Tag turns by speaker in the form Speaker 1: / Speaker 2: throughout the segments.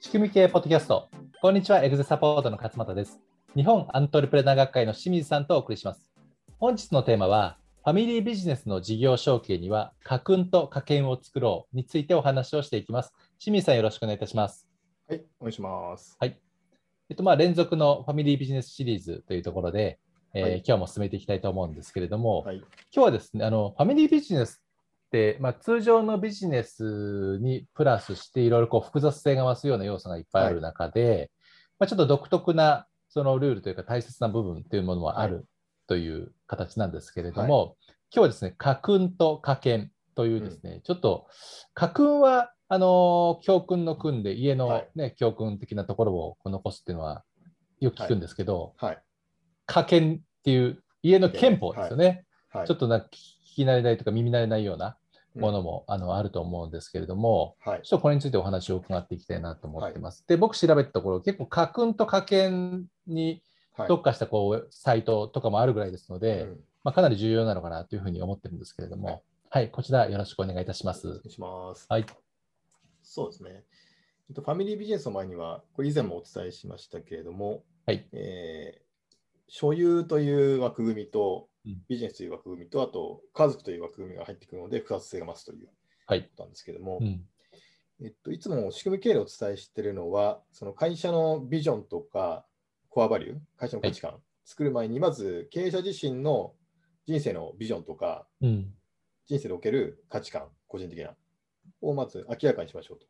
Speaker 1: 仕組み系ポッドキャスト。こんにちは、エグゼサポートの勝俣です。日本アントレプレナー学会の清水さんとお送りします。本日のテーマは、ファミリービジネスの事業承継には、家訓と家計を作ろうについてお話をしていきます。清水さん、よろしくお願いいたします。
Speaker 2: はい、お願いします。
Speaker 1: えっと、まあ、連続のファミリービジネスシリーズというところで、えー
Speaker 2: はい
Speaker 1: 今日も進めていきたいと思うんですけれども、
Speaker 2: はい、
Speaker 1: 今日はですね、あのファミリービジネスって、まあ、通常のビジネスにプラスして、いろいろこう複雑性が増すような要素がいっぱいある中で、まあ、ちょっと独特なそのルールというか、大切な部分というものはあるという形なんですけれども、今日はですね、家訓と家訓というですね、ちょっと家訓はあの教訓の訓で、家の
Speaker 2: は、
Speaker 1: ね教訓的なところをこう残すっていうのはよく聞くんですけど、
Speaker 2: はい、
Speaker 1: 家訓っていう家の憲法ですよね。
Speaker 2: はい。
Speaker 1: ちょっとなんか聞き慣れないとか耳慣れないようなもの
Speaker 2: も。
Speaker 1: も、あのあると思うんですけれども、
Speaker 2: はい、
Speaker 1: ちょっとこれについてお話を伺っていきたいなと思ってます。で、僕調べたところ、結構家訓と家訓に
Speaker 2: はい。
Speaker 1: 特化したこう、サイトとかもあるぐらいですの
Speaker 2: う
Speaker 1: で、
Speaker 2: ん
Speaker 1: まあ、かなり重要なのかなというふうに思ってるんですけれども、は、
Speaker 2: はい
Speaker 1: こちらよろしくお願いいたしま
Speaker 2: お願
Speaker 1: す。
Speaker 2: いします。
Speaker 1: はい。
Speaker 2: そうですね。えっとファミリービジネスの前には、これ以前もお伝えしましたけれども、
Speaker 1: はい
Speaker 2: えー所有という枠組みと
Speaker 1: うん、
Speaker 2: ビジネスという枠組みと、あと家族という枠組みが入ってくるので、複雑性が増すという
Speaker 1: はい
Speaker 2: ことなんですけれども、
Speaker 1: うん。
Speaker 2: えっと、いつも仕組み経営でお伝えしているのは、その会社のビジョンとかコアバリュー、会社の価値観、作る前に、まず経営者自身の人生のビジョンとか、
Speaker 1: うん。
Speaker 2: 人生における価値観、個人的な、をまず明らかにしましょうと。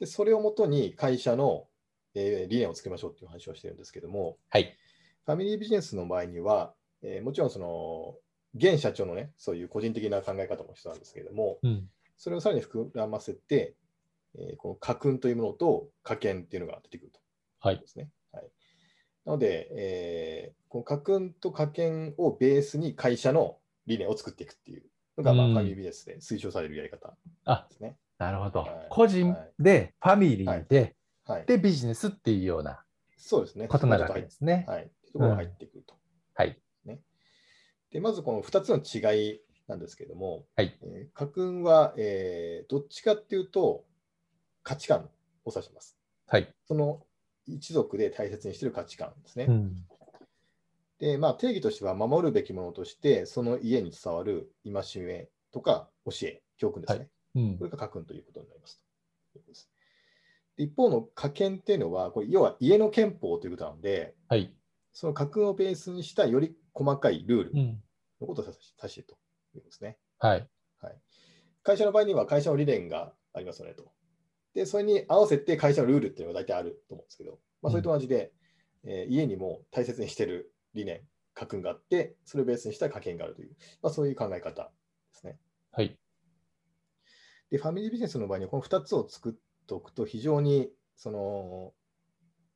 Speaker 2: で、それをもとに会社の、えー理念を作りましょうという話をしてるんですけども、
Speaker 1: はい。
Speaker 2: ファミリービジネスの場合には、えーもちろんその、現社長のね、そういう個人的な考え方も必要なんですけれども、
Speaker 1: うん。
Speaker 2: それをさらに膨らませて、えーこの家訓というものと家権っていうのが出てくると。
Speaker 1: はい
Speaker 2: ですね。はい、なので、えーこの家訓と家権をベースに会社の理念を作っていくっていうのが、まあ、
Speaker 1: うん
Speaker 2: ファミリービジネスで推奨されるやり方
Speaker 1: あ
Speaker 2: ですね。
Speaker 1: なるほど。
Speaker 2: はい
Speaker 1: 個人で、ファミリーで、
Speaker 2: はい。
Speaker 1: で、ビジネスっていうような
Speaker 2: そうですね。
Speaker 1: ことなわけですね。
Speaker 2: はい。っていうところが入ってくると。
Speaker 1: はい。
Speaker 2: で、まずこの2つの違いなんですけども、
Speaker 1: はい
Speaker 2: えー家訓は、えーどっちかっていうと、価値観を指します。
Speaker 1: はい。
Speaker 2: その一族で大切にしている価値観ですね。
Speaker 1: うん。
Speaker 2: で、まあ、定義としては、守るべきものとして、その家に伝わる戒めとか教え、教訓ですね。
Speaker 1: うん
Speaker 2: こ。れが家訓ということになりますということですで一方の家権っていうのは、これ要は家の憲法ということなので、
Speaker 1: はい。
Speaker 2: その家訓をベースにしたより細かいルール
Speaker 1: うん。
Speaker 2: のことを指し指しているということですね。
Speaker 1: はい。
Speaker 2: 会社の場合には会社の理念がありますよねと。で、それに合わせて会社のルールっていうのが大体あると思うんですけど、まあ、それと同じで、えー家にも大切にしてる理念、家訓があって、それをベースにした家計があるという、まあ、そういう考え方ですね。
Speaker 1: はい。
Speaker 2: で、ファミリービジネスの場合にはこの2つを作っておくと、非常にその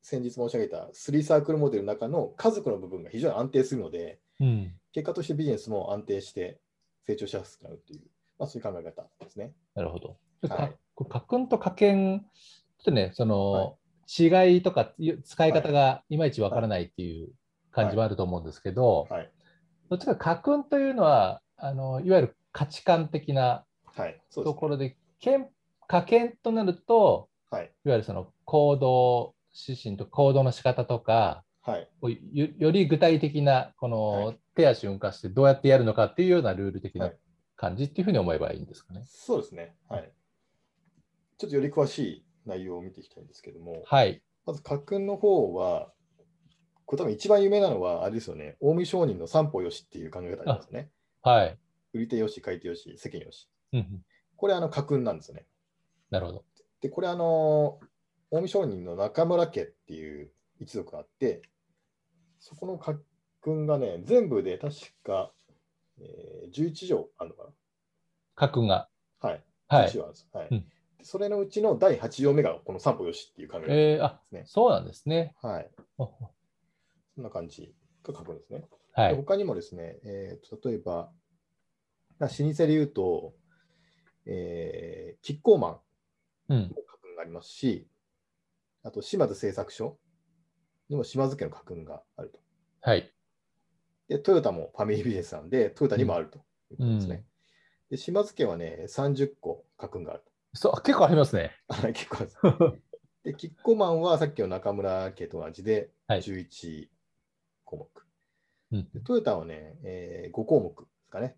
Speaker 2: 先日申し上げた3サークルモデルの中の家族の部分が非常に安定するので、
Speaker 1: うん。
Speaker 2: 結果としてビジネスも安定して成長しやすくなるという、まあ、そういう考え方ですね。
Speaker 1: なるほど。
Speaker 2: は
Speaker 1: か
Speaker 2: い
Speaker 1: こう家訓と家見、ちょっとね、その、違いとかいう使い方がいまいちわからないっていう感じもあると思うんですけど、
Speaker 2: はい。
Speaker 1: どっちか家訓というのは、あのいわゆる価値観的な
Speaker 2: はい。そ
Speaker 1: と
Speaker 2: うですね
Speaker 1: ころで、見家見となると、
Speaker 2: は
Speaker 1: い
Speaker 2: い。
Speaker 1: わゆるその行動指針とか行動の仕方とか、
Speaker 2: はい。
Speaker 1: こうよより具体的なこ
Speaker 2: は
Speaker 1: の手足を動かしてどうやってやるのかっていうようなルール的な
Speaker 2: はい
Speaker 1: 感じっていうふうに思えばいいんですかね。
Speaker 2: そうですね。はい。ちょっとより詳しい内容を見ていきたいんですけども、
Speaker 1: はい。
Speaker 2: まず、家訓の方は、これ多分一番有名なのは、あれですよね、近江商人の三方よしっていう考え方ありますね。
Speaker 1: はい。
Speaker 2: 売り手よし、買い手よし、責任よし。
Speaker 1: うんうん、
Speaker 2: これ、あの、家訓なんですよね。
Speaker 1: なるほど。
Speaker 2: で、これ、あの、近江商人の中村家っていう一族があって、そこの家訓がね、全部で確か、えー、11条あるのか
Speaker 1: 家訓が。
Speaker 2: な。はい。
Speaker 1: はい
Speaker 2: 一。応あるんですはい
Speaker 1: うん
Speaker 2: それのうちの第8条目がこの三歩よしっていう考え
Speaker 1: えー、あ
Speaker 2: ですね
Speaker 1: そうなんですね。
Speaker 2: 方、はい、
Speaker 1: ほほ
Speaker 2: そんな感じが書くんですね。
Speaker 1: は
Speaker 2: で
Speaker 1: い。
Speaker 2: 他にもですね、えーと例えば、まあ老舗で言うと、えーキッコーマン
Speaker 1: うん。
Speaker 2: の家訓がありますし、あと島津製作所にも島津家の家訓があると。
Speaker 1: はい。
Speaker 2: で、トヨタもファミリービジネスなんで、トヨタにもあるということですね。で島津家はね、30個家訓があると。
Speaker 1: そう、結構ありますね。
Speaker 2: はい結構あるんですで、キッコーマンはさっきの中村家と同じで
Speaker 1: はい
Speaker 2: 11項目。
Speaker 1: うん
Speaker 2: でトヨタはね、え5項目ですかね。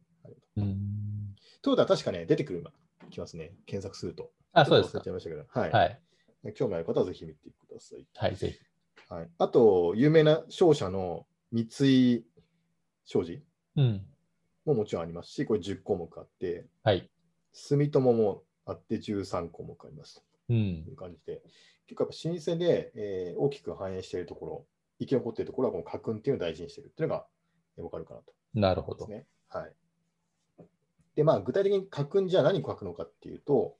Speaker 1: うん
Speaker 2: トヨタは確かね、出てくるきますね。検索すると。
Speaker 1: あ、そうです
Speaker 2: ちょっ
Speaker 1: か
Speaker 2: と忘れち。ゃいましたけど。はい。
Speaker 1: はい。
Speaker 2: 興味ある方はぜひ見てください。
Speaker 1: はい、ぜひ。
Speaker 2: はい、あと、有名な商社の三井商事
Speaker 1: うん。
Speaker 2: ももちろんありますし、これ10項目あって、
Speaker 1: はい。
Speaker 2: 住友もあって13項目あります。
Speaker 1: うん
Speaker 2: とい。う感じで、結構やっぱ老舗で、えー大きく反映しているところ、生き残っているところはこの家訓っていうのを大事にしているっていうのが分かるかなと
Speaker 1: なるほど
Speaker 2: 思いま。すね。はい。で、まあ、具体的に家訓じゃあ何を書くのかっていうと、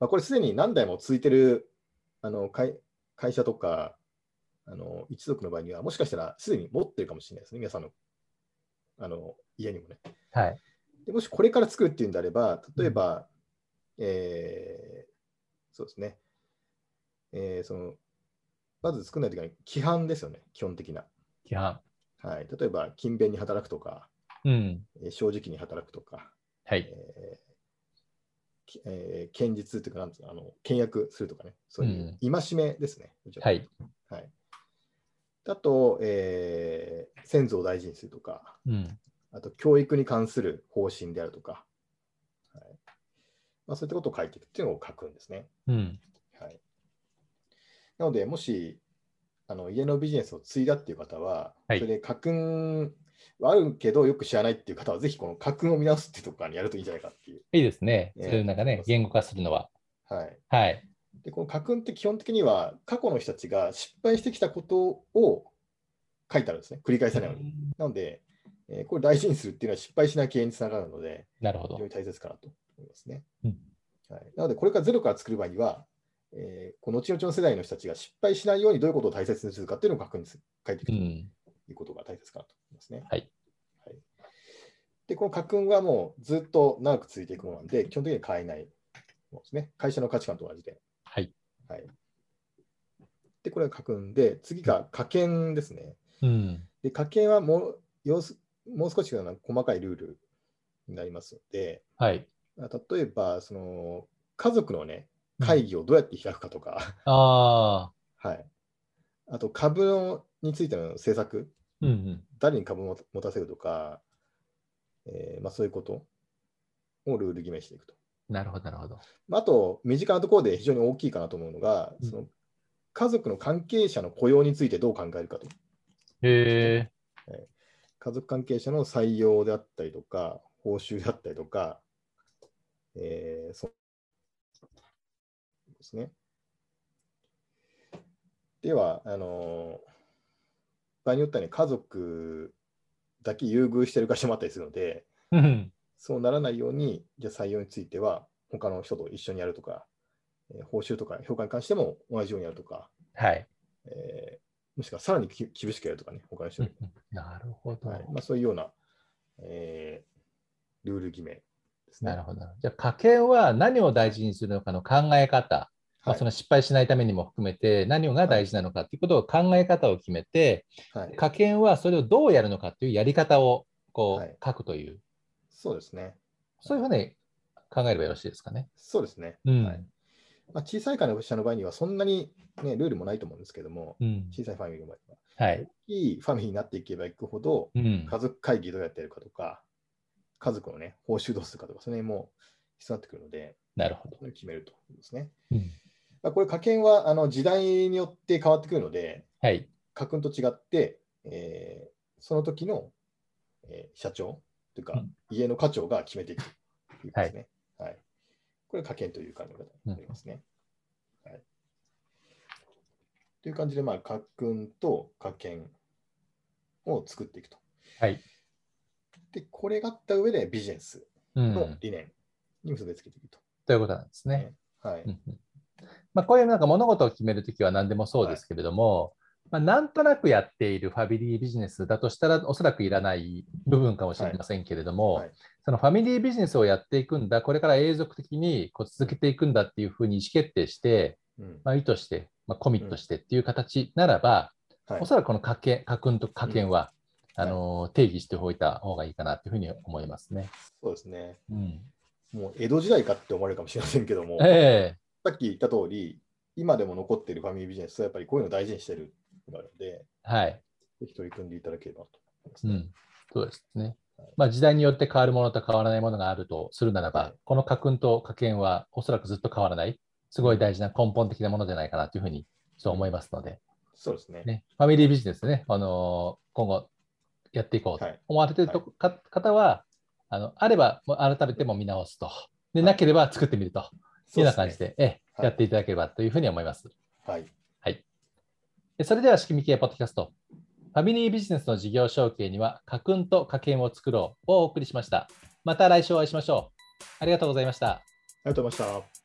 Speaker 2: まあ、これすでに何代も続いてるあの会会社とかあの一族の場合には、もしかしたらすでに持ってるかもしれないですね、皆さんのあの家にもね。
Speaker 1: はい。
Speaker 2: でもしこれから作るっていうんであれば、例えば、えーそうですね、えーその、まず作らないといけない規範ですよね、基本的な。
Speaker 1: 規範。
Speaker 2: はい、例えば、勤勉に働くとか、
Speaker 1: うん。
Speaker 2: えー正直に働くとか、
Speaker 1: は
Speaker 2: え
Speaker 1: い。
Speaker 2: ーきえー堅実というか、なんつうのあの、倹約するとかね、そういう戒めですね。どちらか
Speaker 1: は
Speaker 2: とう
Speaker 1: い。
Speaker 2: とはい、あと、えー先祖を大事にするとか、
Speaker 1: うん。
Speaker 2: あと教育に関する方針であるとか、はいまあ、そういったことを書いていくっていうのを書くんですね。
Speaker 1: うん。
Speaker 2: はい、なので、もしあの家のビジネスを継いだっていう方は、
Speaker 1: はい
Speaker 2: それで家訓はあるけどよく知らないっていう方は、ぜひこの家訓を見直すっていうところからやるといいんじゃないかっていう。
Speaker 1: いいですね。
Speaker 2: え
Speaker 1: そ
Speaker 2: え
Speaker 1: れなんかね、言語化するのは。
Speaker 2: はい、
Speaker 1: はい。
Speaker 2: でこの家訓って基本的には過去の人たちが失敗してきたことを書いてあるんですね、繰り返さないように。なので、えーこれ大事にするっていうのは失敗しない経営につながるので、
Speaker 1: なるほ
Speaker 2: 非常
Speaker 1: ど
Speaker 2: に。大切かなと思いますね。
Speaker 1: うん
Speaker 2: はい、なので、これからゼロから作る場合には、えーこの後々の世代の人たちが失敗しないようにどういうことを大切にするかっていうのを確認す書いていく
Speaker 1: う
Speaker 2: と
Speaker 1: ん。
Speaker 2: いうことが大切かなと思いますね。
Speaker 1: はい
Speaker 2: はいで、この家訓はもうずっと長く続いていくものなんで、基本的には変えないものですね。会社の価値観と同じで。
Speaker 1: はい。
Speaker 2: はい、で、これが家訓で、次が家計ですね。
Speaker 1: うん。
Speaker 2: で、家計はもう要すもう少し細かいルールになりますので、
Speaker 1: はい。
Speaker 2: まあ例えば、その家族のね、会議をどうやって開くかとか、
Speaker 1: ああ。
Speaker 2: はい。あと、株のについての政策、
Speaker 1: うんうん。
Speaker 2: 誰に株を持たせるとか、えーまあ、そういうことをルール決めしていくと。
Speaker 1: なるほど、なるほど。
Speaker 2: まあ、あと、身近なところで非常に大きいかなと思うのが、
Speaker 1: うん
Speaker 2: その家族の関係者の雇用についてどう考えるかと。
Speaker 1: へえ。
Speaker 2: 家族関係者の採用であったりとか、報酬であったりとか、えー、そうですね。では、あのー場合によってはね、家族だけ優遇してる会社もあったりするので、
Speaker 1: うん。
Speaker 2: そうならないように、じゃあ採用については、他の人と一緒にやるとか、えー報酬とか評価に関しても同じようにやるとか、
Speaker 1: はい。
Speaker 2: えーもしくはさらにき厳しくやるとかね、他の人より
Speaker 1: なるほど。
Speaker 2: はいまあ、そういうような、えールール決めですね。
Speaker 1: なるほど。じゃあ、家計は何を大事にするのかの考え方、まあ、
Speaker 2: はい
Speaker 1: その失敗しないためにも含めて、何が大事なのかということを考え方を決めて、
Speaker 2: はい、
Speaker 1: 家計はそれをどうやるのかというやり方をこ
Speaker 2: は
Speaker 1: う
Speaker 2: い
Speaker 1: 書くという、
Speaker 2: そうですね。
Speaker 1: そういうふうに考えればよろしいですかね。
Speaker 2: そうですね。
Speaker 1: うん
Speaker 2: はいまあ、小さい会社の場合には、そんなに、ね、ルールもないと思うんですけども、
Speaker 1: うん、
Speaker 2: 小さいファミリーの場合は、
Speaker 1: はい、
Speaker 2: いいファミリーになっていけばいくほど、
Speaker 1: うん
Speaker 2: 家族会議どうやってやるかとか、家族のね、報酬どうするかとか、その辺も必要になってくるので、
Speaker 1: なるほど。
Speaker 2: それを決めるということですね。
Speaker 1: うん
Speaker 2: まあ、これ、家計はあの時代によって変わってくるので、
Speaker 1: はい、
Speaker 2: 家訓と違って、えーその時の、えー社長というか、
Speaker 1: うん
Speaker 2: 家の課長が決めていくということですね。はいこれ、家計という考え方になりますね。はい、という感じで、まあ、家訓と家計を作っていくと。
Speaker 1: はい
Speaker 2: で、これがあった上でビジネス
Speaker 1: う
Speaker 2: の
Speaker 1: ん。
Speaker 2: 理念に結びつけていくと。
Speaker 1: ということなんですね。
Speaker 2: はい
Speaker 1: うんうんまあ、こういうなんか物事を決めるときは何でもそうですけれども、まあ、なんとなくやっているファミリービジネスだとしたら、おそらくいらない部分かもしれませんけれども、
Speaker 2: はい
Speaker 1: そのファミリービジネスをやっていくんだ、これから永続的にこう続けていくんだっていうふうに意思決定して、
Speaker 2: うん
Speaker 1: まあ、意図して、まあ、コミットしてっていう形ならば、
Speaker 2: はい
Speaker 1: おそらくこの家計家訓と家計は、
Speaker 2: うん
Speaker 1: あの定義しておいた方がいいかなというふうに思いますね。
Speaker 2: そうですね。
Speaker 1: うん、
Speaker 2: もう江戸時代かって思われるかもしれませんけども、
Speaker 1: ええ
Speaker 2: さっき言った通り、今でも残っているファミリービジネスはやっぱりこういうのを大事にしてるのがあるので、
Speaker 1: はい。
Speaker 2: ぜひ取り組んでいただければと思います
Speaker 1: う
Speaker 2: ね、
Speaker 1: ん。そうですね。まあ、時代によって変わるものと変わらないものがあるとするならば、
Speaker 2: はい
Speaker 1: この家訓と家訓はおそらくずっと変わらない、すごい大事な根本的なものじゃないかなというふうにそう思いますので、
Speaker 2: そうですね。
Speaker 1: ね、ファミリービジネスね、あのー今後やっていこうと
Speaker 2: はい
Speaker 1: 思われていると、か方はあの、あればもう改めても見直すと、で
Speaker 2: はい
Speaker 1: なければ作ってみると、い
Speaker 2: そうう
Speaker 1: よ
Speaker 2: で
Speaker 1: うな
Speaker 2: すね
Speaker 1: 感じ。で、ええ
Speaker 2: はい
Speaker 1: やっていただければというふうに思います。
Speaker 2: はい。
Speaker 1: でそれでは、仕組み系ポッドキャスト、ファミリービジネスの事業承継には、家訓と家計を作ろうをお送りしました。また来週お会いしましょう。ありがとうございました。
Speaker 2: ありがとうございました。